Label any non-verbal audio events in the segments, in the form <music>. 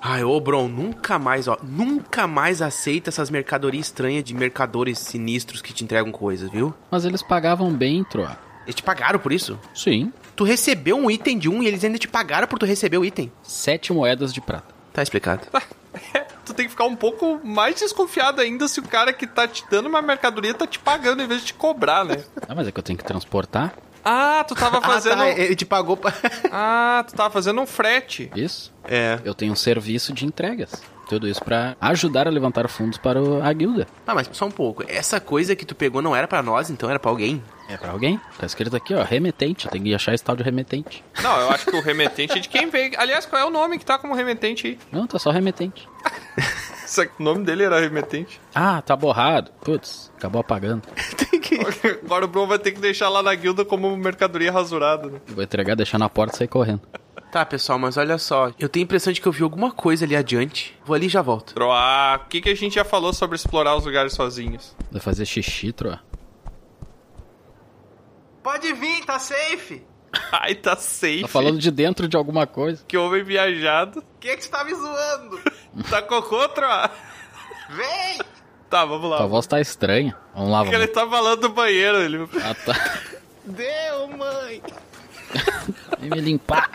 Ai, ô Bron, nunca mais, ó, nunca mais aceita essas mercadorias estranhas de mercadores sinistros que te entregam coisas, viu? Mas eles pagavam bem, Troa. Eles te pagaram por isso? Sim, Tu recebeu um item de um e eles ainda te pagaram por tu receber o item. sete moedas de prata. Tá explicado. Tu tem que ficar um pouco mais desconfiado ainda se o cara que tá te dando uma mercadoria tá te pagando em vez de te cobrar, né? Ah, mas é que eu tenho que transportar? <laughs> Ah, tu tava fazendo. Ah, tá, ele te pagou pra... <laughs> Ah, tu tava fazendo um frete. Isso. É. Eu tenho um serviço de entregas. Tudo isso pra ajudar a levantar fundos para o- a guilda. Tá, mas só um pouco. Essa coisa que tu pegou não era pra nós, então era pra alguém? É pra alguém? Tá escrito aqui, ó, remetente. Eu tenho que achar esse tal de remetente. Não, eu acho que o remetente é de quem veio. Aliás, qual é o nome que tá como remetente aí? Não, tá só remetente. Será que O nome dele era remetente. Ah, tá borrado. Putz, acabou apagando. <laughs> Agora o Bruno vai ter que deixar lá na guilda como mercadoria rasurada. Né? Vou entregar, deixar na porta e sair correndo. Tá, pessoal, mas olha só. Eu tenho a impressão de que eu vi alguma coisa ali adiante. Vou ali e já volto. Ah, o que, que a gente já falou sobre explorar os lugares sozinhos? Vai fazer xixi, Tá troa. Pode vir, tá safe. Ai, tá safe. Tá falando de dentro de alguma coisa. Que homem viajado. Quem é que tu tá me zoando? <laughs> Tá cocô, Troá? Vem! Tá, vamos lá. Tua voz tá estranha. Vamos lá, Porque ele vamos. tá falando do banheiro. Ele... Ah, tá. <laughs> Deu, mãe! <laughs> Vem me limpar.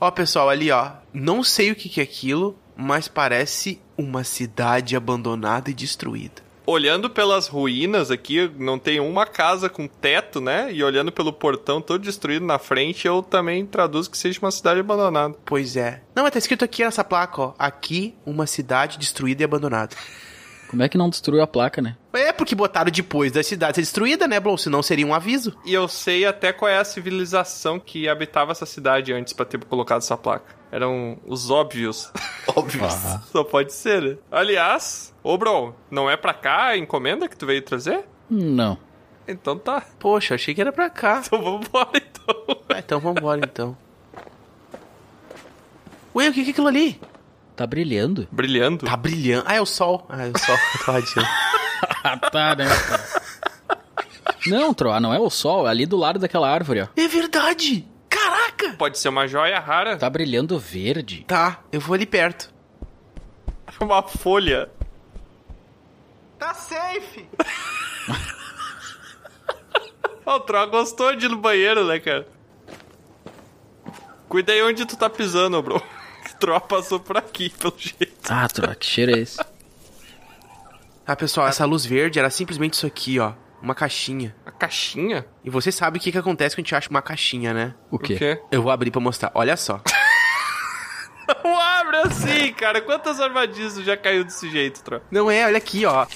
Ó, pessoal, ali, ó. Não sei o que que é aquilo, mas parece uma cidade abandonada e destruída. Olhando pelas ruínas aqui, não tem uma casa com teto, né? E olhando pelo portão todo destruído na frente, eu também traduzo que seja uma cidade abandonada. Pois é. Não, mas tá escrito aqui nessa placa, ó. Aqui, uma cidade destruída e abandonada. Como é que não destruiu a placa, né? É porque botaram depois da cidade ser destruída, né, Blon? Senão seria um aviso. E eu sei até qual é a civilização que habitava essa cidade antes pra ter colocado essa placa. Eram os óbvios. <laughs> óbvios. Ah. Só pode ser, né? Aliás, ô Bron, não é pra cá a encomenda que tu veio trazer? Não. Então tá. Poxa, achei que era pra cá. Então vambora então. Ah, então vambora, então. Ué, o que que é aquilo ali? Tá brilhando. Brilhando. Tá brilhando. Ah, é o sol. Ah, é o sol. <laughs> Tô radiando. <laughs> Ah, tá, né? Não, Troa, não é o sol, é ali do lado daquela árvore, ó. é verdade! Caraca! Pode ser uma joia rara. Tá brilhando verde. Tá, eu vou ali perto. <laughs> Uma folha. Tá safe! Ó, o Troll gostou de ir no banheiro, né, cara? Cuida aí onde tu tá pisando, bro. <laughs> O Troll passou por aqui, pelo jeito. Ah, Troa, que cheiro é esse? Ah, pessoal, essa luz verde era simplesmente isso aqui, ó. Uma caixinha. A caixinha? E você sabe o que que acontece quando a gente acha uma caixinha, né? O quê? O quê? Eu vou abrir pra mostrar. Olha só. <laughs> Não abre assim, cara. Quantas armadilhas tu já caiu desse jeito, Troll? Não é, olha aqui, ó.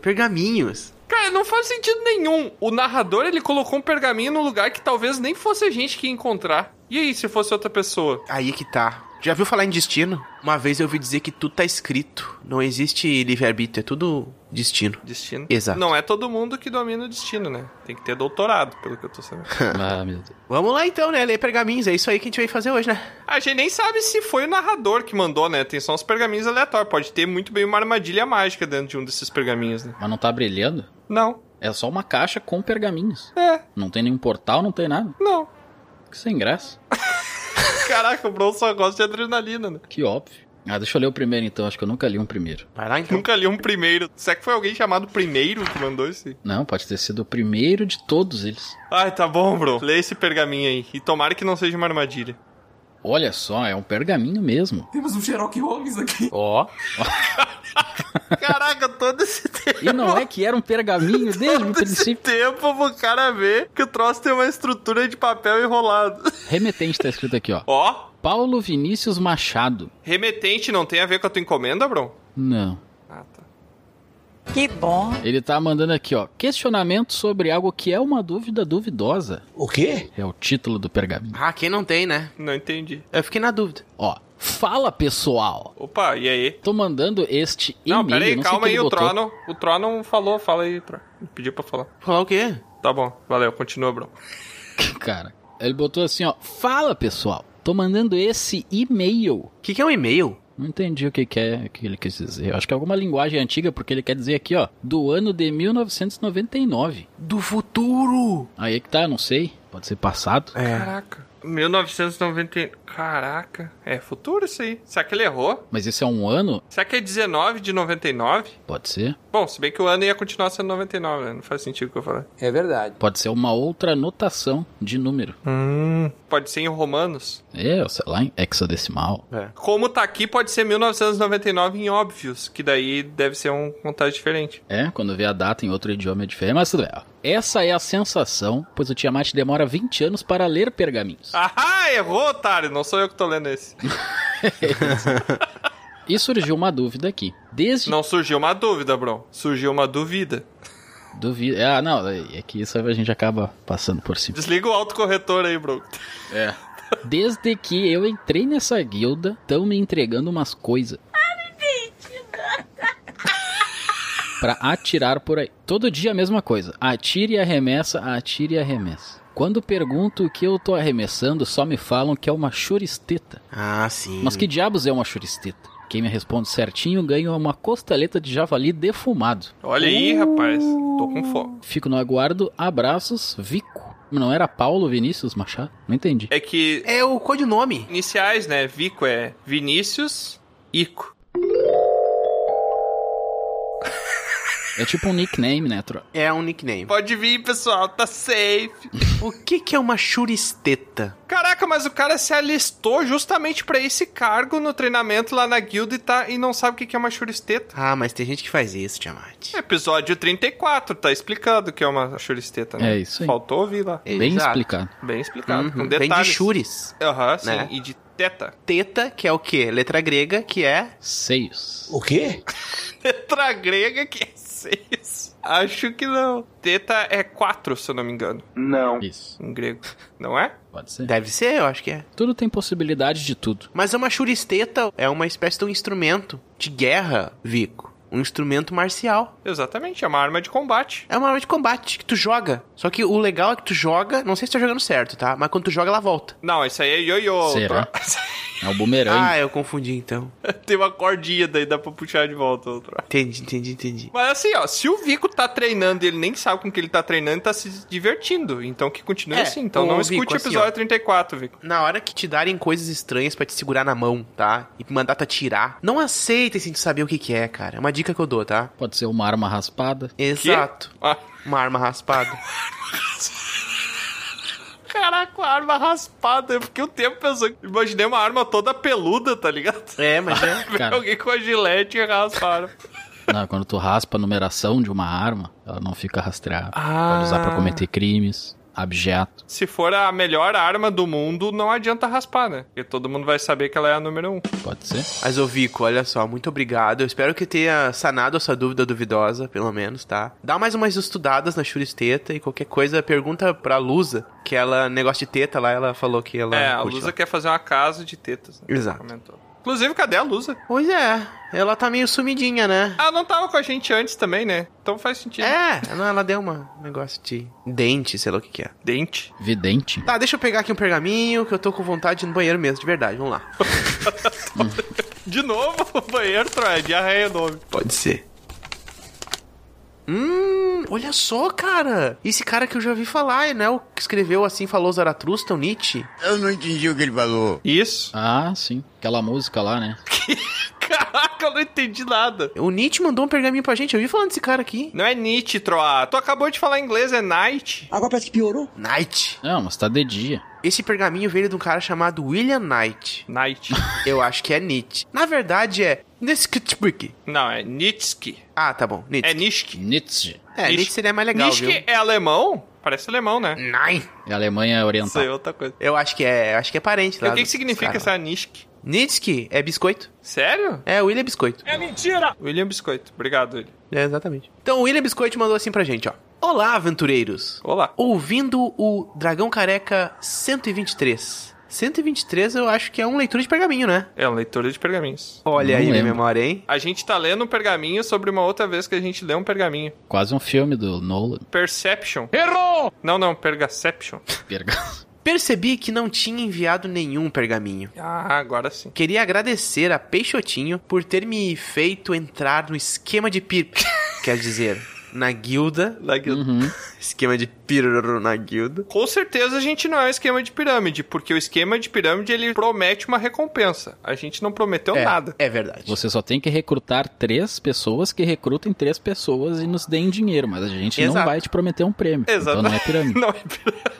Pergaminhos. Cara, não faz sentido nenhum. O narrador, ele colocou um pergaminho num lugar que talvez nem fosse a gente que ia encontrar. E aí, se fosse outra pessoa? Aí que tá. Já viu falar em destino? Uma vez eu ouvi dizer que tudo tá escrito. Não existe livre-arbítrio, é tudo destino. Destino. Exato. Não é todo mundo que domina o destino, né? Tem que ter doutorado, pelo que eu tô sabendo. <laughs> Ah, meu Deus. Vamos lá então, né? Ler pergaminhos, é isso aí que a gente veio fazer hoje, né? A gente nem sabe se foi o narrador que mandou, né? Tem só uns pergaminhos aleatórios. Pode ter muito bem uma armadilha mágica dentro de um desses pergaminhos, né? Mas não tá brilhando? Não. É só uma caixa com pergaminhos. É, Não tem nenhum portal, não tem nada. não. <laughs> Que sem graça. Caraca, o Bron só gosta de adrenalina, <laughs> né? Que óbvio. Ah, deixa eu ler o primeiro então, acho que eu nunca li um primeiro. Vai lá então. Nunca li um primeiro. Será que foi alguém chamado primeiro que mandou esse? Não, pode ter sido o primeiro de todos eles. Ai, tá bom, Bron. Lê esse pergaminho aí. E tomara que não seja uma armadilha. Olha só, é um pergaminho mesmo. Temos um Sherlock Holmes aqui. Ó. <laughs> Caraca, todo esse tempo. E não é que era um pergaminho desde o Todo esse princípio. tempo pro cara ver que o troço tem uma estrutura de papel enrolado. Remetente tá escrito aqui, ó. Ó, Paulo Vinícius Machado. remetente não tem a ver com a tua encomenda, Bron? Não. Ah, tá. Que bom. Ele tá mandando aqui, ó. Questionamento sobre algo que é uma dúvida duvidosa. O quê? É o título do pergaminho. Ah, quem não tem, né? Não entendi. Eu fiquei na dúvida. Ó. Fala, pessoal. Opa, e aí? Tô mandando este e-mail. Não, peraí, não sei calma quem aí, o botou. Trono. O Trono não falou, fala aí, Trono. Pediu pra falar. Falar o quê? Tá bom, valeu, continua, bro. <laughs> Cara, ele botou assim, ó. Fala, pessoal. Tô mandando esse e-mail. O que, que é um e-mail? Não entendi o que, que é que ele quis dizer. Eu acho que é alguma linguagem antiga, porque ele quer dizer aqui, ó, do ano de 1999. Do futuro! Aí é que tá, não sei. Pode ser passado. É. Caraca. 1990. Caraca. É futuro isso aí. Será que ele errou? Mas isso é um ano? Será que é 19 de 99? Pode ser. Bom, se bem que o ano ia continuar sendo 99, né? Não faz sentido o que eu falei. É verdade. Pode ser uma outra notação de número. Hum. Pode ser em romanos. É, sei lá, em hexadecimal. Como tá aqui, pode ser 1999 em óbvios, que daí deve ser um contagem diferente. É, quando vê a data em outro idioma é diferente, mas tudo bem. ó. Essa é a sensação, pois o Tiamat demora 20 anos para ler pergaminhos. Ah, errou, otário. Não sou eu que tô lendo esse. E surgiu uma dúvida aqui. Desde Não surgiu uma dúvida, Bron. Surgiu uma dúvida. dúvida, ah, não, é que isso a gente acaba passando por cima. Desliga o autocorretor aí, Bron. É. Desde que eu entrei nessa guilda, estão me entregando umas coisas. Pra atirar por aí. Todo dia a mesma coisa. Atire e arremessa, atire e arremessa. Quando pergunto o que eu tô arremessando, só me falam que é uma churisteta. Ah, sim. Mas que diabos é uma churisteta? Quem me responde certinho ganha uma costeleta de javali defumado. Olha aí, rapaz. Tô com fome. Fico no aguardo, abraços, Vico. Não era Paulo Vinícius Machado? Não entendi. É que É o codinome. iniciais, né? Vico é Vinícius Ico. É tipo um nickname, né, Tro? É um nickname. Pode vir, pessoal, tá safe. O que, que é uma churisteta? Caraca, mas o cara se alistou justamente pra esse cargo no treinamento lá na guilda e, tá, e não sabe o que que é uma churisteta. Ah, mas tem gente que faz isso, Tiamat. Episódio 34, tá explicado o que é uma churisteta, né? É isso aí. Faltou ouvir lá. Bem Exato. explicado. Bem explicado, Uhum. com Vem de detalhes. churis. Aham, sim, né? e de teta. <laughs> Teta, que é o quê? Letra grega, que é... Seios. O quê? Letra grega que é seis. Acho que não. Teta é quatro, se eu não me engano, Isso. em grego. Não é? Pode ser. Deve ser, eu acho que é. Tudo tem possibilidade de tudo. Mas uma churisteta é uma espécie de um instrumento de guerra, Vico. Um instrumento marcial. Exatamente, é uma arma de combate. É uma arma de combate que tu joga. Só que o legal é que tu joga, não sei se tá jogando certo, tá? Mas quando tu joga, ela volta. Não, isso aí é ioiô. Será? Tro. É o bumerangue. Ah, eu confundi então. <laughs> Tem uma cordinha daí, dá pra puxar de volta. Outro. Entendi, entendi, entendi. Mas assim, ó, se o Vico tá treinando e ele nem sabe com que ele tá treinando, tá se divertindo. Então que continue É, assim. Então ô, não Vico, escute o assim, episódio ó. 34, Vico. Na hora que te darem coisas estranhas pra te segurar na mão, tá? E mandar tu atirar, não aceita sem tu saber o que que é, cara. É uma dica que eu dou, tá? Pode ser uma arma raspada. Exato. Ah, Uma arma raspada. caraca, a arma raspada. Eu fiquei um tempo pensando. Imaginei uma arma toda peluda, tá ligado? é, mas é. Cara. Alguém com a gilete e rasparam. Não, quando tu raspa a numeração de uma arma, ela não fica rastreada. Pode usar pra cometer crimes, abjeto. Se for a melhor arma do mundo, não adianta raspar, né? Porque todo mundo vai saber que ela é a número um. Pode ser. Mas, ô Vico, olha só, muito obrigado. Eu espero que tenha sanado a sua dúvida duvidosa, pelo menos, tá? Dá mais umas estudadas na churisteta e qualquer coisa, pergunta pra Lusa, que ela, negócio de teta lá, ela falou que ela. é, a curte Lusa lá. quer fazer uma casa de tetas, né? Exato. Comentou. Inclusive, cadê a Lusa? Pois é, ela tá meio sumidinha, né? Ah, não tava com a gente antes também, né? Então faz sentido. É, não, ela deu uma um negócio de dente, sei lá o que que é. Dente. Vidente. Tá, deixa eu pegar aqui um pergaminho, que eu tô com vontade de ir no banheiro mesmo, de verdade, vamos lá. De novo, <laughs> o banheiro, Troia. Diarreia é nome. Pode ser. Hum, olha só, cara. Esse cara que eu já vi falar, né? O que escreveu assim, falou Zaratustra, o Nietzsche. Eu não entendi o que ele falou. Isso. Ah, sim. Aquela música lá, né? Caraca, eu não entendi nada. O Nietzsche mandou um pergaminho pra gente, eu vi falando desse cara aqui. Não é Nietzsche, Troa. Tu acabou de falar inglês, é Night. Agora parece que piorou. Knight. Não, mas tá de dia. Esse pergaminho veio de um cara chamado William Knight. <laughs> Night. Eu acho que é Nietzsche. Na verdade é Neskitbrick. não, é Nitschke. Ah, tá bom, É Nietzsche. Nischke. Nietzsche. É, Nietzsche seria mais legal, viu? Nischke é alemão? Parece alemão, né? Nein. E a Alemanha tá. é Isso aí é oriental. outra coisa. Eu acho que é, acho que é parente E lá. o que, que dos significa caras. essa Nischke? Nitsky é biscoito. Sério? É, William Biscoito. William Biscoito. Obrigado, William. É, exatamente. Então, o William Biscoito mandou assim pra gente, ó. Olá, aventureiros. Olá. Ouvindo o Dragão Careca 123. 123 eu acho que é um leitura de pergaminho, né? É uma leitura de pergaminhos. Olha Não aí minha lembro. memória, hein? A gente tá lendo um pergaminho sobre uma outra vez que a gente lê um pergaminho. Quase um filme do Nolan. <laughs> Perception. Errou! Não, não, Pergaception. Perga- Percebi que não tinha enviado nenhum pergaminho. Ah, agora sim. Queria agradecer a Peixotinho por ter me feito entrar no esquema de pir... <laughs> Quer dizer, na guilda. Da guilda. Uhum. É, Esquema de pirororô na guilda. Com certeza a gente não é um esquema de pirâmide, porque o esquema de pirâmide ele promete uma recompensa. A gente não prometeu é, nada. <laughs> É verdade. Você só tem que recrutar três pessoas que recrutem três pessoas e nos deem dinheiro, mas a gente não Exato. vai te prometer um prêmio. Exato. Então não é <laughs> pirâmide. Não é pirâmide.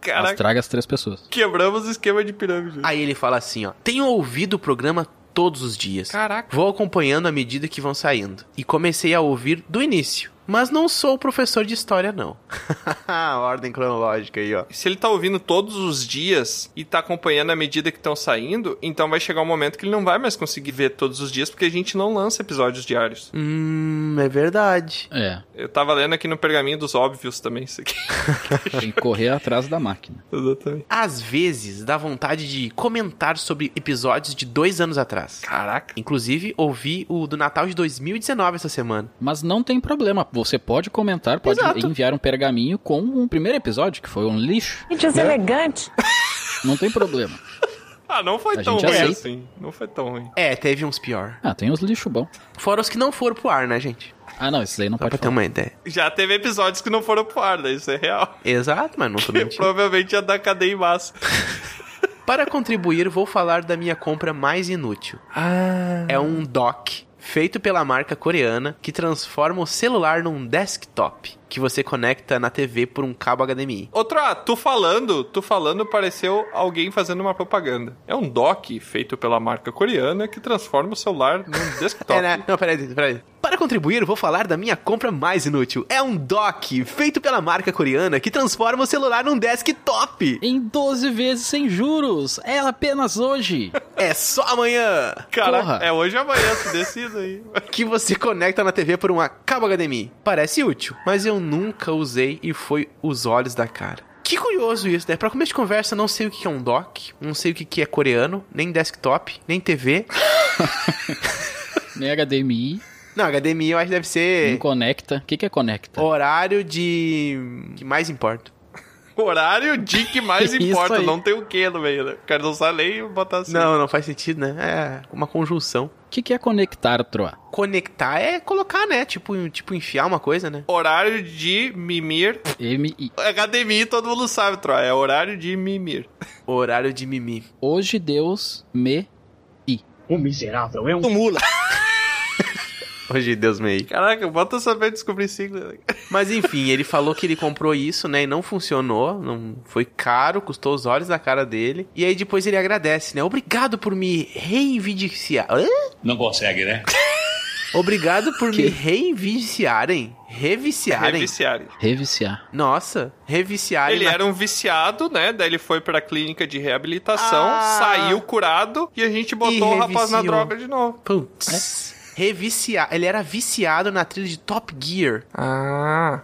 Mas Caraca, traga as três pessoas. quebramos o esquema de pirâmide. Aí ele fala assim, ó. Tenho ouvido o programa todos os dias. Caraca. Vou acompanhando à medida que vão saindo. E comecei a ouvir do início. Mas não sou professor de história, não. <laughs> Ordem cronológica aí, ó. Se ele tá ouvindo todos os dias e tá acompanhando à medida que estão saindo, então vai chegar um momento que ele não vai mais conseguir ver todos os dias, porque a gente não lança episódios diários. Hum, é verdade. É, Eu tava lendo aqui no Pergaminho dos Óbvios também isso aqui. <laughs> tem que correr atrás da máquina. Exatamente. Às vezes dá vontade de comentar sobre episódios de dois anos atrás. Caraca. Inclusive, ouvi o do Natal de 2019 essa semana. Mas não tem problema, você pode comentar, pode Exato. enviar um pergaminho com um primeiro episódio, que foi um lixo. Que deselegante. Não tem problema. Ah, não foi A tão gente ruim aceita. assim. Não foi tão ruim. É, teve uns pior. Ah, tem uns lixo bom. Fora os que não foram pro ar, né, gente? Ah, não, isso daí não Só pra pode ter falar. uma ideia. Já teve episódios que não foram pro ar, né? Isso é real. <laughs> Exato, mas não tô mentindo. Provavelmente ia dar cadeia em massa. Para contribuir, vou falar da minha compra mais inútil. Ah. É um dock feito pela marca coreana que transforma o celular num desktop que você conecta na TV por um cabo HDMI. Outra, tu falando, tu falando pareceu alguém fazendo uma propaganda. É um dock feito pela marca coreana que transforma o celular num desktop. É, né? Não, peraí, peraí. Para contribuir, vou falar da minha compra mais inútil. É um dock feito pela marca coreana que transforma o celular num desktop. Em 12 vezes sem juros, é apenas hoje. É só amanhã Cara, Porra. é hoje ou amanhã, tu decida aí. <laughs> que você conecta na TV por um uma cabo HDMI. Parece útil, mas eu nunca usei e foi os olhos da cara. Que curioso isso, né? Pra começo de conversa, não sei o que que é um dock, não sei o que que é coreano, nem desktop, nem TV. Nem HDMI, Não, HDMI eu acho que deve nem ser conecta. O que, que é conecta? horário de... que mais importa. Horário de que mais Isso importa, aí. não tem o que no meio, né? O cara não sai nem botar assim. Não, não faz sentido, né? É uma conjunção. O que, que é conectar, Troa? Conectar é colocar, né? Tipo, tipo enfiar uma coisa, né? Horário de mimir. MI. HDMI todo mundo sabe, Troy. É horário de mimir. Horário de mimi. Hoje Deus me. O miserável é um Hoje, Deus me Caraca, bota saber descobrir sigla. Mas enfim, ele falou que ele comprou isso, né? E não funcionou. Não foi caro, custou os olhos da cara dele. E aí depois ele agradece, né? Obrigado por me reivindicar. Hã? Não consegue, né? <laughs> Obrigado por Que? me reinviciarem. Reviciarem. Reviciarem. Reviciar. Nossa, reviciarem. É Ele na- era um viciado, né? Daí ele foi pra clínica de reabilitação, Ah. saiu curado e a gente E botou o rapaz na reviciou. droga de novo. Putz. Reviciar. Ele era viciado na trilha de Top Gear. Ah.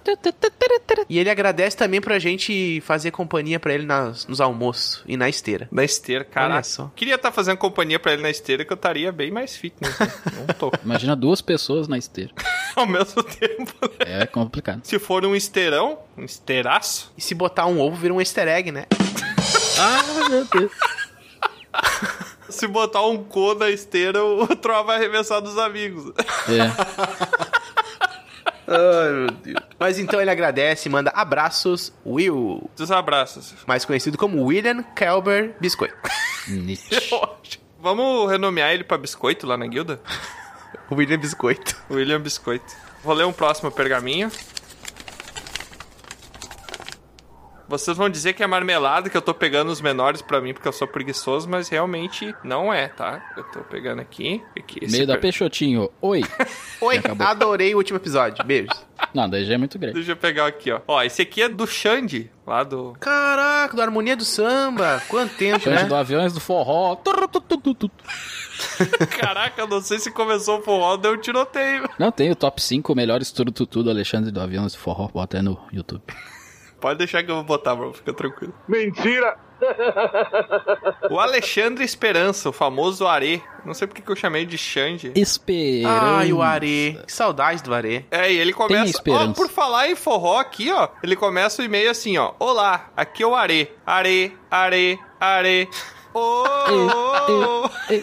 E ele agradece também pra gente fazer companhia pra ele nas- nos almoços e na esteira. Na esteira, Olha cara. só. Queria estar fazendo companhia pra ele na esteira que eu estaria bem mais fitness. né? Não tô. Imagina duas pessoas na esteira. Ao mesmo tempo, né? É complicado. <laughs> Se for um esteirão, um esteiraço, E se botar um ovo, vira um easter egg, né? Ah, meu Deus. se botar um cu na esteira, o <laughs> Troll vai arremessar dos amigos. É. Ai, meu Deus. Mas então ele agradece e manda abraços, Will, Dos abraços. mais conhecido como William Kelber Biscoito. <laughs> Nietzsche. Eu acho. Vamos renomear ele pra biscoito lá na guilda? William Biscoito. William Biscoito. Vou ler um próximo pergaminho. Vocês vão dizer que é marmelada, que eu tô pegando os menores pra mim porque eu sou preguiçoso, mas realmente não é, tá? Eu tô pegando aqui. aqui esse Meio da per- Peixotinho. Oi. Oi, acabou. adorei o último episódio. Beijos. Não, daí já é muito grande. Deixa eu pegar aqui, ó. Ó, esse aqui é do Xande, lá do. Caraca, do Harmonia do Samba. Quanto tempo, Change né? do aviões do forró. Turru, tu, tu, tu, tu. Caraca, eu não sei se começou o forró, deu um tiroteio. Não, tem o top 5 melhores tudo, tudo, tudo, Alexandre do aviões do forró. Bota aí no YouTube. Pode deixar que eu vou botar, bro, fica tranquilo. Mentira! O Alexandre Esperança, o famoso Are. Não sei porque que eu chamei de Xande. Esperança. Ai, o Are. Que saudades do Are. É, e ele começa. esperança. Ó, por falar em forró aqui, ó. Ele começa o e-mail assim, ó. Olá, aqui é o Are. Are, are, are. Ô, ô, ô.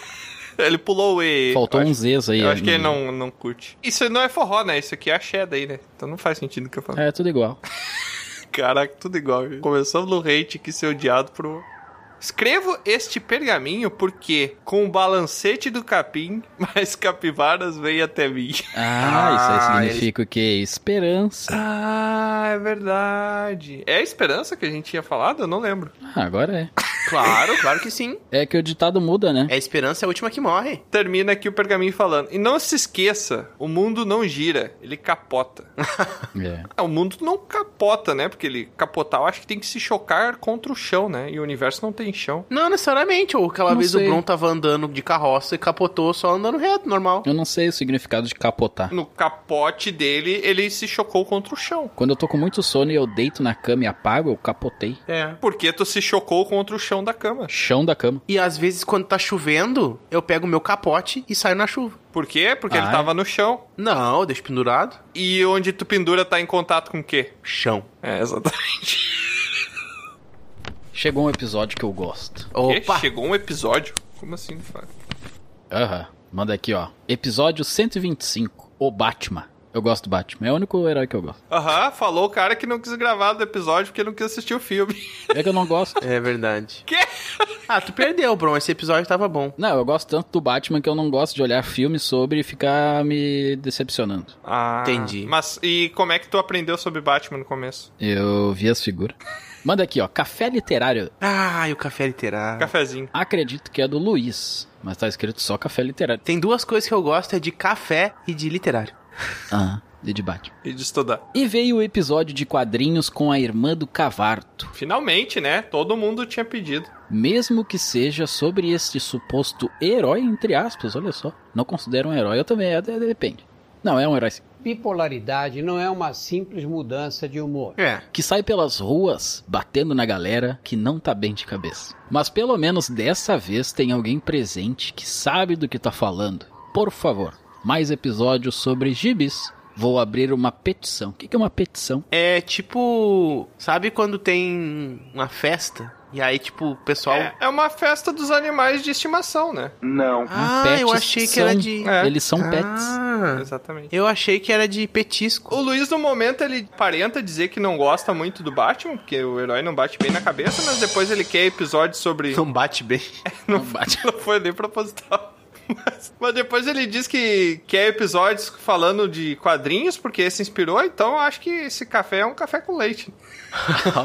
Ele pulou o E. Faltou Eu uns Zs aí. Eu acho né? que ele não, não curte. Isso não é forró, né? Isso aqui é axé daí, né? Então não faz sentido o que eu falo. É, tudo igual. Caraca, tudo igual. viu? Começamos no hate que ser odiado por... um- Escrevo este pergaminho porque, com o balancete do capim, <laughs> mais capivaras vêm até mim. Ah, isso Ah, aí significa o quê? Esperança. Ah, é verdade. É a esperança que a gente tinha falado? Eu não lembro. Ah, agora é. Claro, claro que sim. É que o ditado muda, né? É a esperança é a última que morre. Termina aqui o pergaminho falando. E não se esqueça, o mundo não gira, ele capota. É. Ah, o mundo não capota, né? Porque ele capotar, eu acho que tem que se chocar contra o chão, né? E o universo não tem chão. Não necessariamente. Ou aquela Não vez sei. o Bron tava andando de carroça e capotou só andando reto, normal. Eu não sei o significado de capotar. No capote dele, ele se chocou contra o chão. Quando eu tô com muito sono e eu deito na cama e apago, eu capotei. É. Porque tu se chocou contra o chão da cama. Chão da cama. E às vezes, quando tá chovendo, eu pego o meu capote e saio na chuva. Por quê? Porque Ah, ele é? tava no chão. Não, eu deixo pendurado. E onde tu pendura tá em contato com o quê? Chão. É, exatamente. Chegou um episódio que eu gosto. Opa! Chegou um episódio. Como assim, cara? Aham. Manda aqui, ó. Episódio 125. O Batman. Eu gosto do Batman. É o único herói que eu gosto. Aham, falou o cara que não quis gravar do episódio porque não quis assistir o filme. <laughs> É que eu não gosto. <laughs> É verdade. Quê? Ah, tu perdeu, Bron. Esse episódio tava bom. Não, eu gosto tanto do Batman que eu não gosto de olhar filme sobre e ficar me decepcionando. Ah, Entendi. Mas e como é que tu aprendeu sobre Batman no começo? Eu vi as figuras. Manda aqui, ó. Café literário. Ah, e o café literário. Cafezinho. Acredito que é do Luiz, mas tá escrito só café literário. Tem duas coisas que eu gosto, é de café e de literário. Ah, e de Batman. E de estudar. E veio o episódio de quadrinhos com a irmã do Cavarto. Finalmente, né? Todo mundo tinha pedido. Mesmo que seja sobre este suposto herói, entre aspas, olha só. Não considero um herói, eu também, é, de- depende. Não, é um herói sim. Bipolaridade não é uma simples mudança de humor. É. Que sai pelas ruas, batendo na galera que não tá bem de cabeça. Mas pelo menos dessa vez tem alguém presente que sabe do que tá falando. Por favor, mais episódios sobre gibis. Vou abrir uma petição. O que que é uma petição? É tipo. Sabe quando tem uma festa? E aí, tipo, o pessoal. É, é uma festa dos animais de estimação, né? Ah, pets eu achei que era são- um de. É. Eles são pets. Ah, Exatamente. eu achei que era de petisco. O Luiz, no momento, ele aparenta dizer que não gosta muito do Batman, porque o herói não bate bem na cabeça, mas depois ele quer episódios sobre. Não bate bem. Não bate. <laughs> Não foi nem proposital. Mas, mas depois ele diz que quer episódios falando de quadrinhos, porque se inspirou, então eu acho que esse café é um café com leite. <laughs>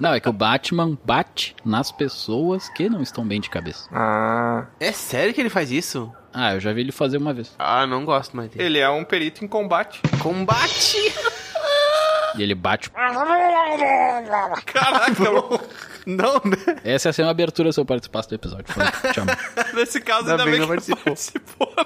Não, é que o Batman bate nas pessoas que não estão bem de cabeça. Ah. É sério que ele faz isso? Ah, eu já vi ele fazer uma vez. Ah, não gosto mais dele. Ele é um perito em combate. Combate! E ele bate. <laughs> Caraca, não. Não, né? Essa ia ser uma abertura se eu participasse do episódio. Foi que te amo. <laughs> Nesse caso, Ainda ainda, bem, bem que não não participou. né?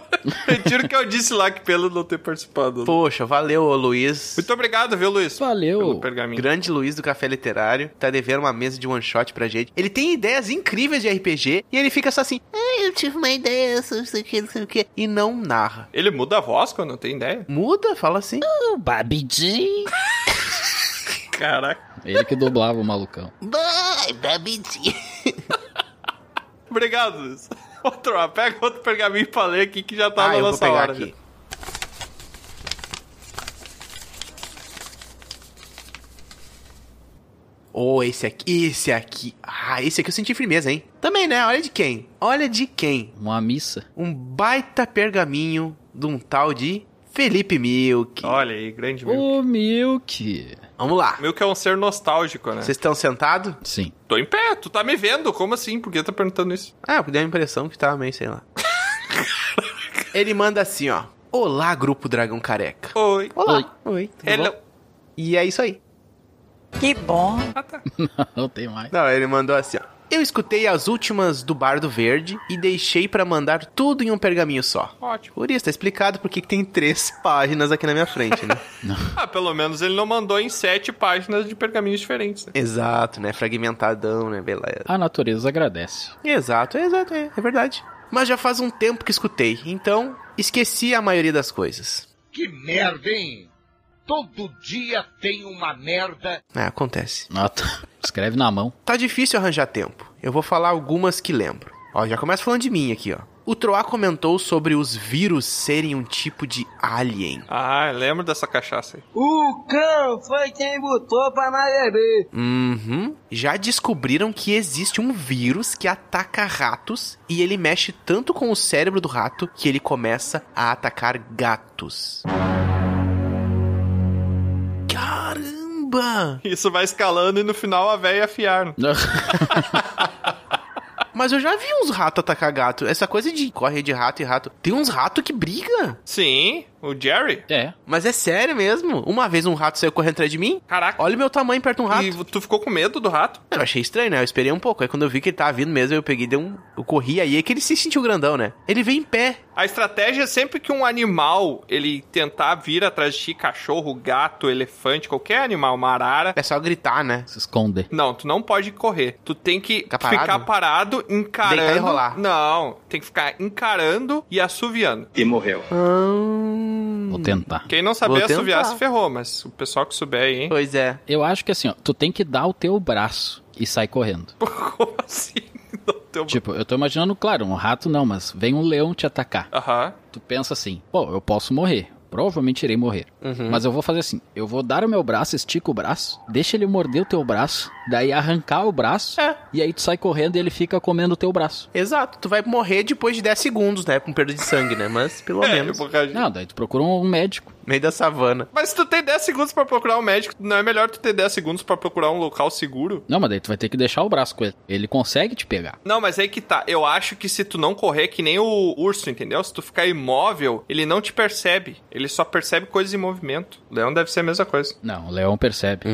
<laughs> Retiro o que eu disse lá que pelo não ter participado. Poxa, valeu, ô Luiz. Muito obrigado, viu, Luiz? Pelo Valeu. pergaminho. Grande Luiz do Café Literário, tá devendo uma mesa de one shot pra gente. Ele tem ideias incríveis de RPG e ele fica só assim, ah, eu tive uma ideia, sobre isso aqui, não sei o que, e não narra. Ele muda a voz quando não tem ideia? Muda, fala assim. Babidi. Caraca. Ele que dublava o malucão. Vai, babidi. Obrigado, Luiz. <laughs> Outro, ó, pega outro pergaminho pra ler aqui que já tá <laughs> Ah, na eu vou nossa pegar hora. aqui. Oh, esse aqui, esse aqui. Ah, esse aqui eu senti firmeza, hein? Também, né? Olha de quem? Olha de quem? Uma missa. Um baita pergaminho de um tal de Felipe Milk. Olha aí, grande Milk. Ô, Milk. Vamos lá. Milk é um ser nostálgico, né? Vocês estão sentados? Sim. <laughs> Tô em pé, tu tá me vendo? Como assim? Por que tá perguntando isso? Ah, deu a impressão que tava meio, sei <laughs> lá. Ele manda assim, ó. Olá, grupo Dragão Careca. Oi. Olá. Oi. tudo Hello. bom? E é isso aí. Que bom. Ah, tá. Não tem mais. Não, ele mandou assim, ó. Eu escutei as últimas do Bardo Verde e deixei pra mandar tudo em um pergaminho só. Ótimo. Por isso, tá explicado porque tem três páginas aqui na minha frente, <laughs> né? Ah, pelo menos ele não mandou em sete páginas de pergaminhos diferentes. Né? Exato, né? Fragmentadão, né? Beleza. A natureza agradece. Exato, é, exato, é, é verdade. Mas já faz um tempo que escutei, então esqueci a maioria das coisas. Que merda, hein? Todo dia tem uma merda. É, acontece. Ah, tá. <laughs> Escreve na mão. <laughs> Tá difícil arranjar tempo. Eu vou falar algumas que lembro. Ó, já começa falando de mim aqui, ó. O Troá comentou sobre os vírus serem um tipo de alien. Ah, eu lembro dessa cachaça aí. <laughs> O cão foi quem botou pra nós beber. Uhum. Já descobriram que existe um vírus que ataca ratos e ele mexe tanto com o cérebro do rato que ele começa a atacar gatos. Caramba! Isso vai escalando e no final a véia afiar. né? Mas eu já vi uns ratos atacar gato. Essa coisa de corre de rato e rato. Tem uns ratos que briga. Sim, o Jerry. é. Mas é sério mesmo? Uma vez um rato saiu correndo atrás de mim. Caraca. Olha o meu tamanho perto de um rato. E tu ficou com medo do rato? Eu achei estranho, né? Eu esperei um pouco. Aí quando eu vi que ele tava vindo mesmo, eu peguei, dei um. Eu corri aí, é que ele se sentiu grandão, né? Ele veio em pé. A estratégia é sempre que um animal ele tentar vir atrás de ti, cachorro, gato, elefante, qualquer animal, uma arara. É só gritar, né? Se esconder. Não, tu não pode correr. Tu tem que Ficar parado? ficar parado, encarando. Deitar e rolar. Não, tem que ficar encarando e assoviando. E morreu. Vou tentar. Quem não saber Vou tentar. assoviar se ferrou, mas o pessoal que souber aí, <laughs> hein? Pois é. Eu acho que assim, ó, tu tem que dar o teu braço e sai correndo. Como assim? Não tem um- Tipo, eu tô imaginando, claro, um rato não, mas vem um leão te atacar. Aham. Tu pensa assim, pô, eu posso morrer. Provavelmente irei morrer. Mas eu vou fazer assim: eu vou dar o meu braço, estico o braço, deixa ele morder o teu braço, daí arrancar o braço, É. e aí tu sai correndo e ele fica comendo o teu braço. Exato. Tu vai morrer depois de 10 segundos, né? Com perda de sangue, né? Mas pelo <laughs> É, menos. hemorragia. Não, daí tu procura um médico. Meio da savana. Mas se tu tem 10 segundos pra procurar um médico, não é melhor tu ter 10 segundos pra procurar um local seguro? Não, mas daí tu vai ter que deixar o braço com ele. Ele consegue te pegar. Não, mas aí que tá. Eu acho que se tu não correr, é que nem o urso, entendeu? Se tu ficar imóvel, ele não te percebe. Ele só percebe coisas em movimento. O leão deve ser a mesma coisa. Não, o leão percebe.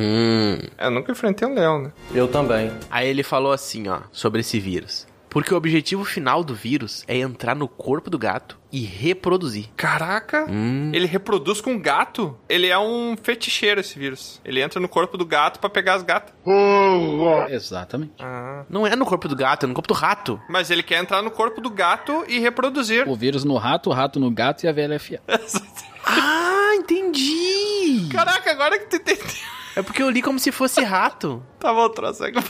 Eu nunca enfrentei um leão, né? Eu também. Hum. Aí ele falou assim, ó, sobre esse vírus. Porque o objetivo final do vírus é entrar no corpo do gato e reproduzir. Hum. Caraca! Ele reproduz com um gato? Ele é um feticheiro, esse vírus. Ele entra no corpo do gato pra pegar as gatas. Exatamente. Ah. Não é no corpo do gato, é no corpo do rato. Mas ele quer entrar no corpo do gato e reproduzir. O vírus no rato, o rato no gato e a velha fia. Ah, entendi! Caraca, agora que tu entendeu. <laughs> É porque eu li como se fosse rato. Tá bom, troço. É que <laughs> não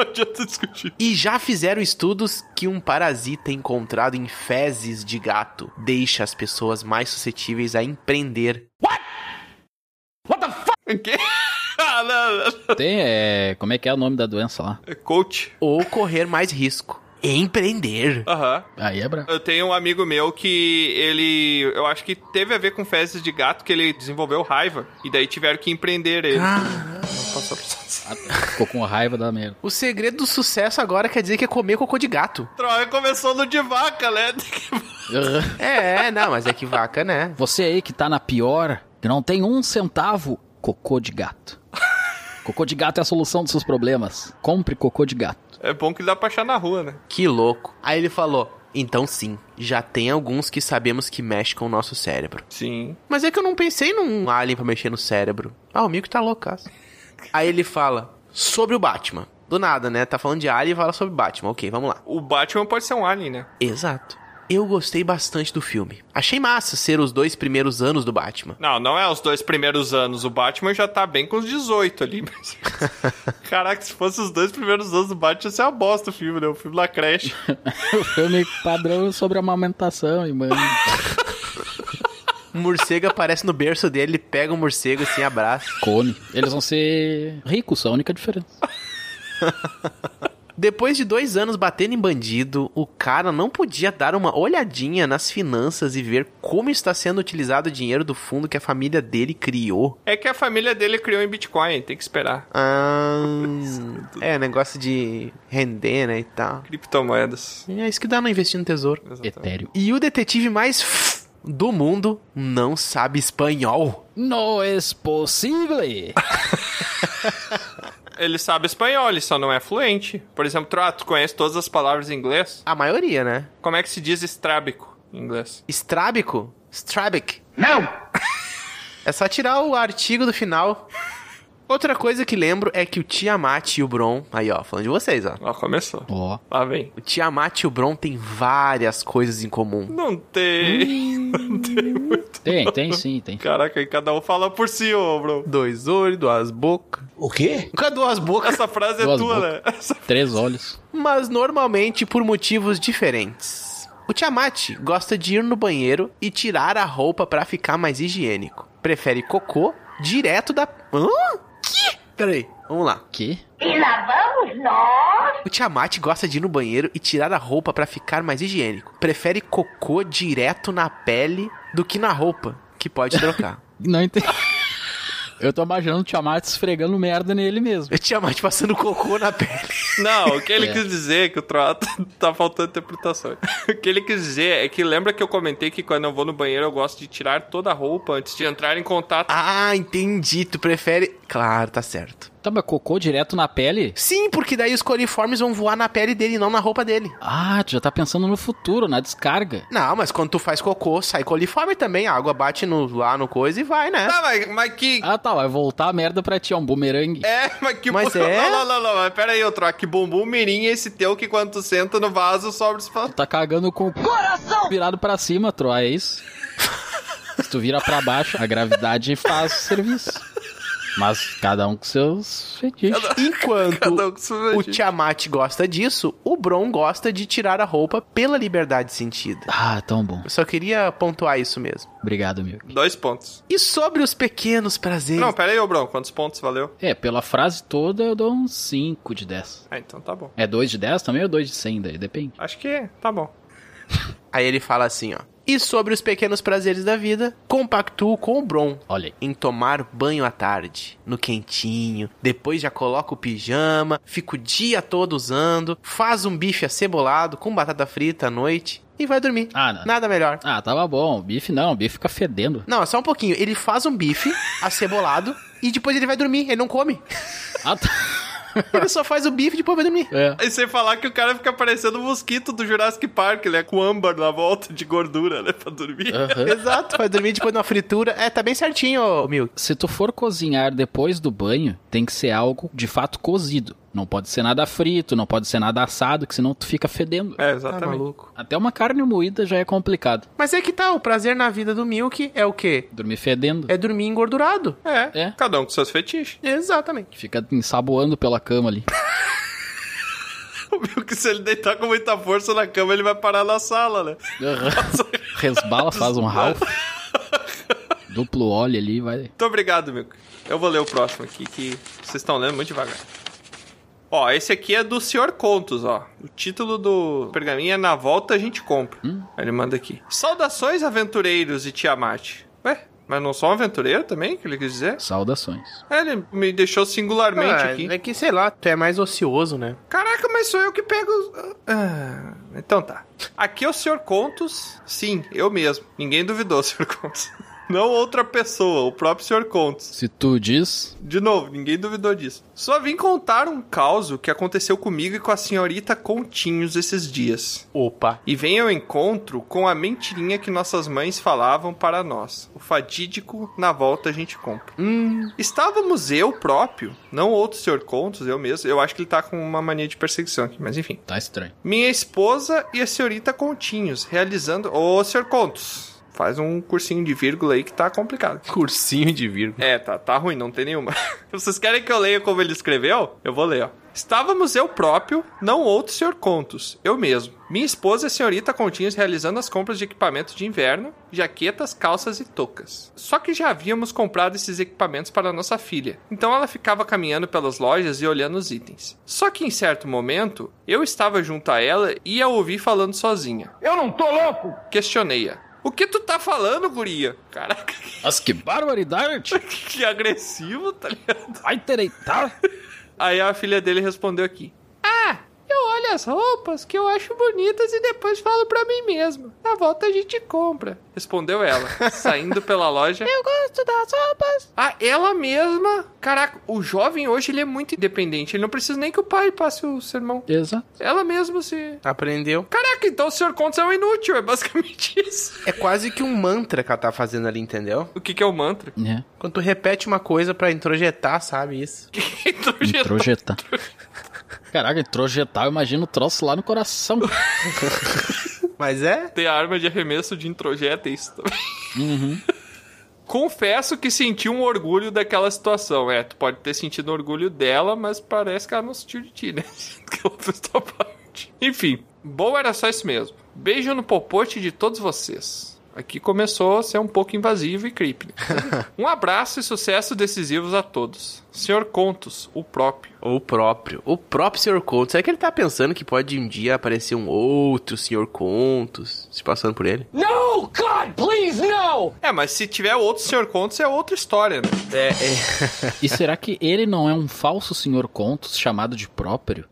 adianta discutir. E já fizeram estudos que um parasita encontrado em fezes de gato deixa as pessoas mais suscetíveis a empreender. O quê? <laughs> Ah, não, não, não. Tem, é. Como é que é o nome da doença lá? É Coach. ou correr mais risco. Empreender. Aham. Aí é brabo. Eu tenho um amigo meu que ele. Eu acho que teve a ver com fezes de gato que ele desenvolveu raiva. E daí tiveram que empreender ele. Ah, Ficou com raiva da merda. <laughs> O segredo do sucesso agora quer dizer que é comer cocô de gato. Troia começou no de vaca, né? <laughs> É, não, mas é que vaca, né? Você aí que tá na pior, que não tem um centavo, cocô de gato. Cocô de gato é a solução dos seus problemas. Compre cocô de gato. É bom que dá pra achar na rua, né? Que louco. Aí ele falou: então sim, já tem alguns que sabemos que mexe com o nosso cérebro. Sim. Mas é que eu não pensei num alien pra mexer no cérebro. Ah, o Mico tá loucaço. Aí ele fala sobre o Batman. Do nada, né? Tá falando de alien e fala sobre Batman. Ok, vamos lá. O Batman pode ser um alien, né? Exato. Eu gostei bastante do filme. Achei massa ser os dois primeiros anos do Batman. Não, não é os dois primeiros anos. O Batman já tá bem com os 18 ali. Mas... Caraca, se fosse os dois primeiros anos do Batman, ia ser uma bosta o filme, né? O filme da creche. O filme padrão é sobre amamentação, e mano. Um morcego aparece no berço dele, ele pega o morcego assim, abraça. Cone. Eles vão ser ricos, a única diferença. Depois de dois anos batendo em bandido, o cara não podia dar uma olhadinha nas finanças e ver como está sendo utilizado o dinheiro do fundo que a família dele criou. É que a família dele criou em Bitcoin, tem que esperar. Ah, é, negócio de render, né, e tal. Criptomoedas. É isso que dá não investir no tesouro. Etéreo. E o detetive mais f- do mundo não sabe espanhol. Não é possível! Ele sabe espanhol, ele só não é fluente. Por exemplo, tu, ah, tu conhece todas as palavras em inglês? A maioria, né? Como é que se diz estrábico em inglês? Estrábico? Strabic. Não! É só tirar o artigo do final. Outra coisa que lembro é que o Tiamat e o Bron. Aí, ó, falando de vocês, ó. Ó, começou. Ó. Lá vem. O Tiamat e o Bron têm várias coisas em comum. Não Hum. tem. Não tem muito. Tem, tem sim, tem. Caraca, e cada um fala por si, ô, bro. Dois olhos, duas bocas. O quê? Cadê duas bocas? Essa frase é Duas tua, bocas. né? Essa- Três olhos. Mas normalmente por motivos diferentes. O Tiamat gosta de ir no banheiro e tirar a roupa pra ficar mais higiênico. Prefere cocô direto da. Hã? Que? Peraí, vamos lá. Que? O Tiamat gosta de ir no banheiro e tirar a roupa pra ficar mais higiênico. Prefere cocô direto na pele do que na roupa, que pode trocar. Não entendi. Eu tô imaginando o Tiamat esfregando merda nele mesmo. o Tiamat passando cocô na pele. Não, o que ele <laughs> É. quis dizer é que o Troata <laughs> tá faltando interpretação. O que ele quis dizer é que lembra que eu comentei que quando eu vou no banheiro eu gosto de tirar toda a roupa antes de entrar em contato. Ah, entendi. Tu prefere. Claro, tá certo. Tá, mas cocô direto na pele? Sim, porque daí os coliformes vão voar na pele dele, não na roupa dele. Ah, tu já tá pensando no futuro, na descarga. Não, mas quando tu faz cocô, sai coliforme também. A água bate no, lá no coisa e vai, é? né? Tá, mas, mas que. Ah, tá, vai voltar a merda pra ti, é um bumerangue. É, mas que Mas bumbum. é? <laughs> Não, não, não, não. Mas pera aí, ô Troata, que bumbum mirim é esse teu que quando tu senta no vaso sobra os Tu tá cagando com o coração virado pra cima, Troa, é <laughs> isso? Se tu vira pra baixo, a gravidade faz o serviço. Mas cada um com seus fetiches. <laughs> Enquanto o O Tiamat gosta disso, o Bron gosta de tirar a roupa pela liberdade sentida. Ah, tão bom. Eu só queria pontuar isso mesmo. Obrigado, Milk. Dois pontos. E sobre os pequenos prazeres. Não, pera aí, ô Brão, quantos pontos valeu? É, pela frase toda eu dou um 5 de 10. Ah, então tá bom. É 2 de 10 também ou 2 de 100 daí? Depende. Acho que é, tá bom. Aí ele fala assim, ó. E sobre os pequenos prazeres da vida, compactuo com o Bron Olha aí. em tomar banho à tarde, no quentinho, depois já coloco o pijama, fico o dia todo usando, faz um bife acebolado com batata frita à noite e vai dormir. Ah, não. Nada melhor. Ah, tava bom. Bife não, bife fica fedendo. Não, é só um pouquinho. Ele faz um <laughs> bife acebolado e depois ele vai dormir. Ele não come. Ah, tá. Ele só faz o bife e depois vai dormir. É. E sem falar que o cara fica parecendo um mosquito do Jurassic Park, ele é com âmbar na volta de gordura, né, pra dormir. Uhum. Aham. Exato, vai dormir depois de uma fritura. É, tá bem certinho, ô, Milk. Se tu for cozinhar depois do banho, tem que ser algo de fato cozido. Não pode ser nada frito, não pode ser nada assado, que senão tu fica fedendo. Tá É, exatamente. maluco. Até uma carne moída já é complicado. Mas é que tá, o prazer na vida do Milk é o quê? Dormir fedendo. É dormir engordurado. é, É. cada um com seus fetiches. <laughs> Exatamente. Fica ensaboando pela cama <laughs> ali. O meu que se ele deitar com muita força na cama, ele vai parar na sala, né? Resbala, faz um Ralph. Duplo óleo ali, vai. Muito obrigado, Mico. Eu vou ler o próximo aqui, que vocês estão lendo muito devagar. Ó, esse aqui é do Senhor Contos, ó. O título do pergaminho é Na Volta a gente compra. Aí Ele manda aqui. Saudações, aventureiros e Tiamat. Ué, mas não sou um aventureiro também, que ele quis dizer? Saudações. É, ele me deixou singularmente Ah, aqui. É que, sei lá, tu é mais ocioso, né? Caraca, mas sou eu que pego. os- Ah, então tá. Aqui é o Sr. Contos. Sim, eu mesmo. Ninguém duvidou, <laughs> Sr. Contos. Não outra pessoa, o próprio Sr. Contos. Se tu diz. De novo, ninguém duvidou disso. Só vim contar um caos que aconteceu comigo e com a senhorita Continhos esses dias. Opa. <laughs> E vem ao encontro com a mentirinha que nossas mães falavam para nós. O fadídico, na volta a gente compra. Hum, Estávamos eu próprio, não outro senhor Contos, eu mesmo. Eu acho que ele tá com uma mania de perseguição aqui, mas enfim. Tá estranho. Minha esposa e a senhorita Continhos realizando. Ô, senhor Contos, faz um cursinho de vírgula aí que tá complicado. cursinho de vírgula. É, tá, tá ruim, não tem nenhuma. <laughs> Vocês querem que eu leia como ele escreveu? Eu vou ler, ó. Estávamos eu próprio, não outro senhor Contos, eu mesmo. Minha esposa e a senhorita Continhos realizando as compras de equipamento de inverno, jaquetas, calças e toucas. Só que já havíamos comprado esses equipamentos para nossa filha, então ela ficava caminhando pelas lojas e olhando os itens. Só que em certo momento, eu estava junto a ela e a ouvi falando sozinha. Eu não tô louco! Questionei-a. O que tu tá falando, guria? Caraca, <laughs> Mas que barbaridade! que agressivo, tá ligado? Vai tereitar! Aí a filha dele respondeu aqui. Ah, eu olho escolho as roupas que eu acho bonitas e depois falo pra mim mesmo. Na volta a gente compra. Respondeu ela, saindo pela loja. Eu gosto das roupas. Ah, ela mesma. Caraca, o jovem hoje ele é muito independente. Ele não precisa nem que o pai passe o sermão. Exato. Ela mesma se. Aprendeu. Caraca, então o senhor Contos é um inútil. É basicamente <laughs> isso. É quase que um mantra que ela tá fazendo ali, entendeu? O que, que é o mantra? <laughs> É. Quando tu repete uma coisa pra introjetar, sabe isso? Então, Então, Introjetar. Introjetar. Caraca, introjetar, eu imagino o troço lá no coração. Mas é? Tem a arma de arremesso de introjeta, isso também. Uhum. <laughs> Confesso que senti um orgulho daquela situação. É, tu pode ter sentido orgulho dela, mas parece que ela não sentiu de ti, né? <laughs> que ela fez tua parte. Enfim, bom era só isso mesmo. Beijo no popote de todos vocês. Aqui começou a ser um pouco invasivo e creepy. um abraço e sucesso decisivos a todos. Senhor Contos, o próprio. O próprio. O próprio Sr. Contos. Será que ele tá pensando que pode um dia aparecer um outro Sr. Contos se passando por ele? No, God, please, no! É, mas se tiver outro Senhor Contos é outra história, né? É, é. E será que ele não é um falso senhor Contos chamado de próprio?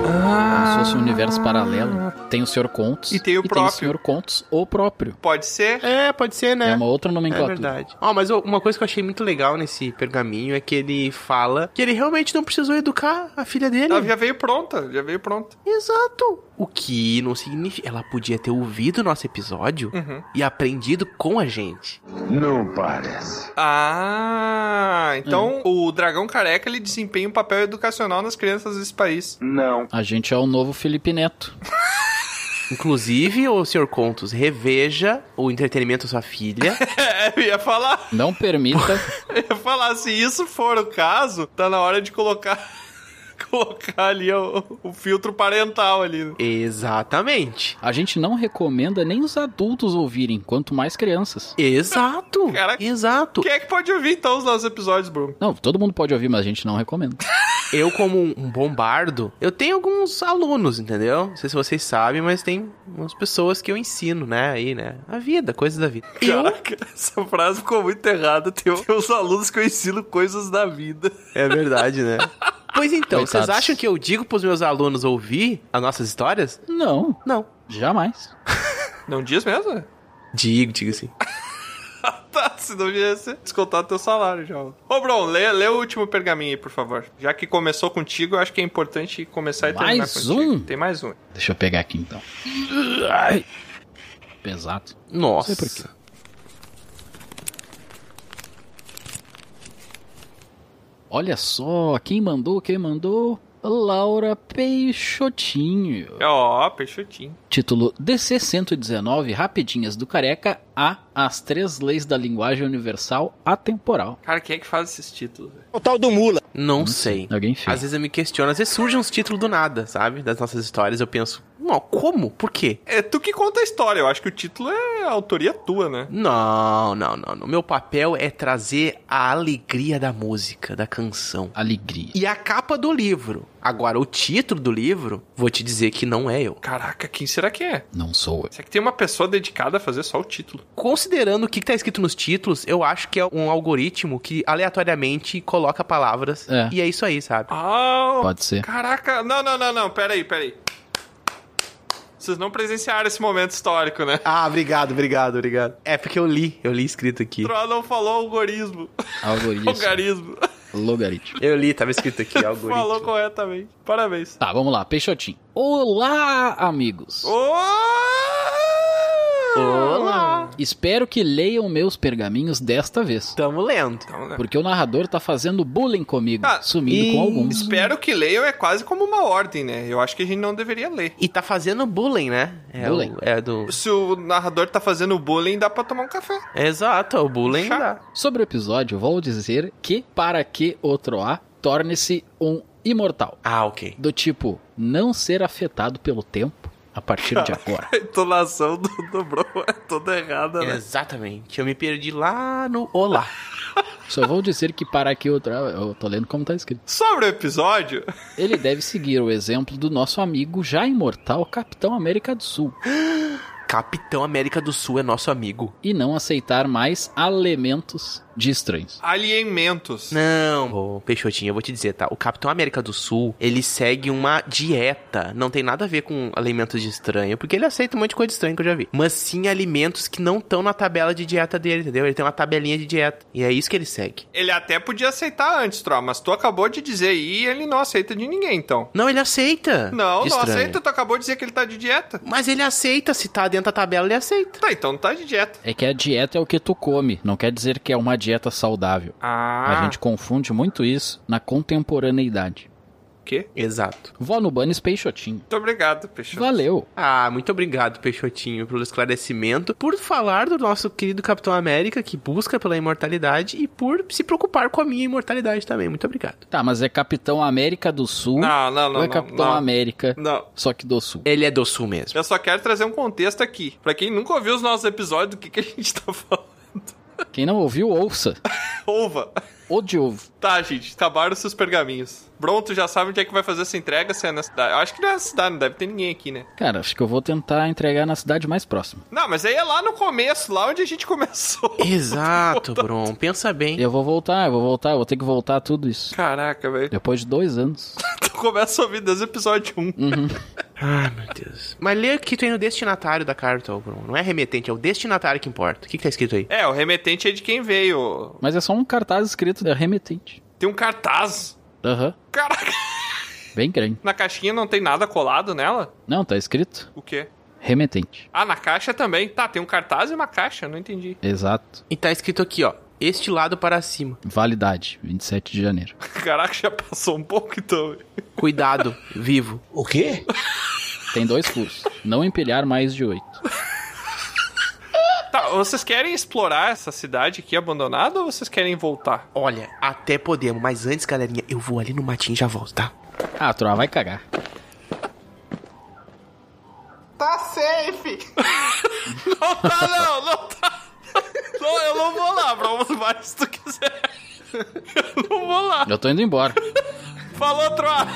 Como se fosse um universo paralelo. Tem o senhor Contos E tem o Tem o próprio. senhor Contos, o próprio. Pode ser. É, pode ser, né? É uma outra É nomenclatura. verdade. Ó, mas eu- uma coisa que eu achei muito legal nesse pergaminho é que ele fala que ele realmente não precisou educar a filha dele. Ela já veio pronta, já veio pronta. Exato. Tá O que não significa. Ela podia ter ouvido nosso episódio Uhum. e aprendido com a gente. Não parece. Ah, então o dragão careca ele desempenha um papel educacional nas crianças desse país. Não. A gente é o novo Felipe Neto. Inclusive, ô Sr. Contos, reveja o entretenimento da sua filha. É, eu ia falar, Não <laughs> permita. eu ia falar, se isso for o caso, tá na hora de colocar <laughs> colocar ali o, o filtro parental ali. <laughs> Exatamente. A gente não recomenda nem os adultos ouvirem, quanto mais crianças. Exato. Caraca. Exato. Quem é que pode ouvir então os nossos episódios, Bruno? Não, todo mundo pode ouvir, mas a gente não recomenda. Eu, como um um bombardo, eu tenho alguns alunos, entendeu? Não sei se vocês sabem, mas tem umas pessoas que eu ensino, né? Aí, né? A vida, coisas da vida. Eu? Caraca, essa frase ficou muito errada. Tem, tem os alunos que eu ensino coisas da vida. É verdade, né? Pois então, vocês Coitados. acham que eu digo pros meus alunos ouvir as nossas histórias? Não, Não. jamais. Não diz mesmo? Digo, digo sim. Tá, senão já ia ser descontado teu salário já. Ô, Bron, lê, lê o último pergaminho aí, por favor. Já que começou contigo, eu acho que é importante começar e Mais terminar contigo. um? Tem mais um. Deixa eu pegar aqui então. Ai. Pesado. Nossa. Não sei por quê. Olha só, quem mandou, quem mandou? Laura Peixotinho. É, Ó, peixotinho. Título DC 119 Rapidinhas do Careca a As Três Leis da Linguagem Universal Atemporal. Cara, quem é que faz esses títulos? velho? O tal do Mula. Não sei. Alguém fez. Às vezes eu me questiono, às vezes surgem uns títulos do nada, sabe? Das nossas histórias, eu penso, não, como? Por quê? É tu que conta a história. Eu acho que o título é a autoria tua, né? Não, não, não, não. Meu papel é trazer a alegria da música, da canção. Alegria. E a capa do livro. Agora, o título do livro, vou te dizer que não é eu. Caraca, quem será que é? Não sou eu. Será que tem uma pessoa dedicada a fazer só o título? Considerando o que tá escrito nos títulos, eu acho que é um algoritmo que aleatoriamente coloca palavras. É. E é isso aí, sabe? Ah, Pode ser. caraca. Não, não, não, não. Pera aí, pera aí. Vocês não presenciaram esse momento histórico, né? Ah, obrigado, obrigado, obrigado. É porque eu li, eu li escrito aqui. O não falou algoritmo. Algoritmo. Algarismo. Logaritmo. Eu li, tava escrito <laughs> aqui, algoritmo. Falou corretamente. Parabéns. Tá, vamos lá. Peixotinho. Olá, amigos. Olá! Espero que leiam meus pergaminhos desta vez. Tamo lendo. Então, né? Porque o narrador tá fazendo bullying comigo, Ah, sumindo e- com alguns. Espero que leiam é quase como uma ordem, né? Eu acho que a gente não deveria ler. E tá fazendo bullying, né? É Bullying. O, é do... Se o narrador tá fazendo bullying, dá pra tomar um café. Exato, é o bullying Chá. da... Sobre o episódio, vou dizer que para que outro A torne-se um imortal. Ah, ok. Do tipo, não ser afetado pelo tempo a partir de agora. A entonação do, do Bro é toda errada, né? Exatamente. Eu me perdi lá no Olá. Só vou dizer que para que outro A... Eu tô lendo como tá escrito. Sobre o episódio, Ele deve seguir o exemplo do nosso amigo já imortal Capitão América do Sul. Capitão América do Sul é nosso amigo. e não aceitar mais elementos de estranhos. Alienmentos. Né? Não, ô, Peixotinho, eu vou te dizer, tá? O Capitão América do Sul, ele segue uma dieta. Não tem nada a ver com alimentos de estranho, porque ele aceita um monte de coisa estranha que eu já vi. Mas sim alimentos que não estão na tabela de dieta dele, entendeu? Ele tem uma tabelinha de dieta. E é isso que ele segue. Ele até podia aceitar antes, Tro, mas tu acabou de dizer aí ele não aceita de ninguém, então. Não, ele aceita. Não, de não estranho. aceita, tu acabou de dizer que ele tá de dieta. Mas ele aceita, se tá dentro da tabela, ele aceita. Tá, então tá de dieta. É que a dieta é o que tu come, não quer dizer que é uma dieta saudável. Ah, A gente confunde muito isso na contemporaneidade. o quê? Exato. Vó no Banes Peixotinho. Muito obrigado, Peixoto. Valeu. Ah, muito obrigado, Peixotinho, pelo esclarecimento, por falar do nosso querido Capitão América que busca pela imortalidade e por se preocupar com a minha imortalidade também. Muito obrigado. Tá, mas é Capitão América do Sul Não, não, não, ou é não, Capitão não. América, Não. só que do Sul? Ele é do sul mesmo. Eu só quero trazer um contexto aqui. Pra quem nunca ouviu os nossos episódios, do que, que a gente tá falando? <laughs> Quem não ouviu, ouça. Ova. Ou de ovo. Tá, gente, acabaram-se os pergaminhos. Pronto, já sabe onde é que vai fazer essa entrega, se é na cidade. Eu acho que não é na cidade, não deve ter ninguém aqui, né? Cara, acho que eu vou tentar entregar na cidade mais próxima. Não, mas aí é lá no começo, lá onde a gente <laughs> começou. Exato, Bron. Pensa bem. Eu vou voltar, eu vou voltar, eu vou ter que voltar tudo isso. Caraca, velho. <laughs> Depois de dois anos. Tu começa a ouvir desde o episódio 1. Ai, Ah, meu Deus. Mas lê que tem no destinatário da carta, ô, Bron. Não é remetente, é o destinatário que importa. O que, que tá escrito aí? É, o remetente é de quem veio. Mas é só um cartaz escrito da remetente. Tem um cartaz. Aham, Caraca, bem grande. na caixinha não tem nada colado nela? Não, tá escrito O quê? remetente. Ah, na caixa também. Tá, tem um cartaz e uma caixa, não entendi. <laughs> Exato. E tá escrito aqui, ó. Este lado para cima. Validade, 27 de janeiro. Caraca, já passou um pouco então. Cuidado, <laughs> vivo. O quê? Tem dois furos. Não empilhar mais de oito. Tá, vocês querem explorar essa cidade aqui abandonada ou vocês querem voltar? Olha, até podemos, mas antes, galerinha, eu vou ali no matinho e já volto, tá? Ah, Troa, vai cagar. Tá safe! não tá, não, não tá. Não, eu não vou lá, Bruno, vai se tu quiser. Eu não vou lá. Eu tô indo embora. Falou, Troa!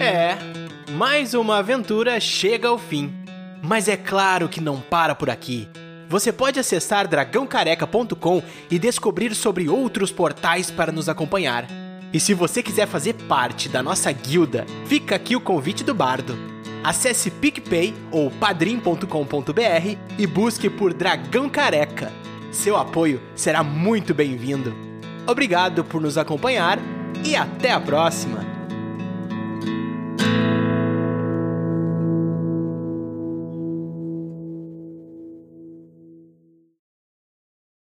É, mais uma aventura chega ao fim. Mas é claro que não para por aqui. Você pode acessar dragãocareca.com e descobrir sobre outros portais para nos acompanhar. E se você quiser fazer parte da nossa guilda, fica aqui o convite do bardo. Acesse PicPay ou padrim.com.br e busque por Dragão Careca. Seu apoio será muito bem-vindo. Obrigado por nos acompanhar e até a próxima!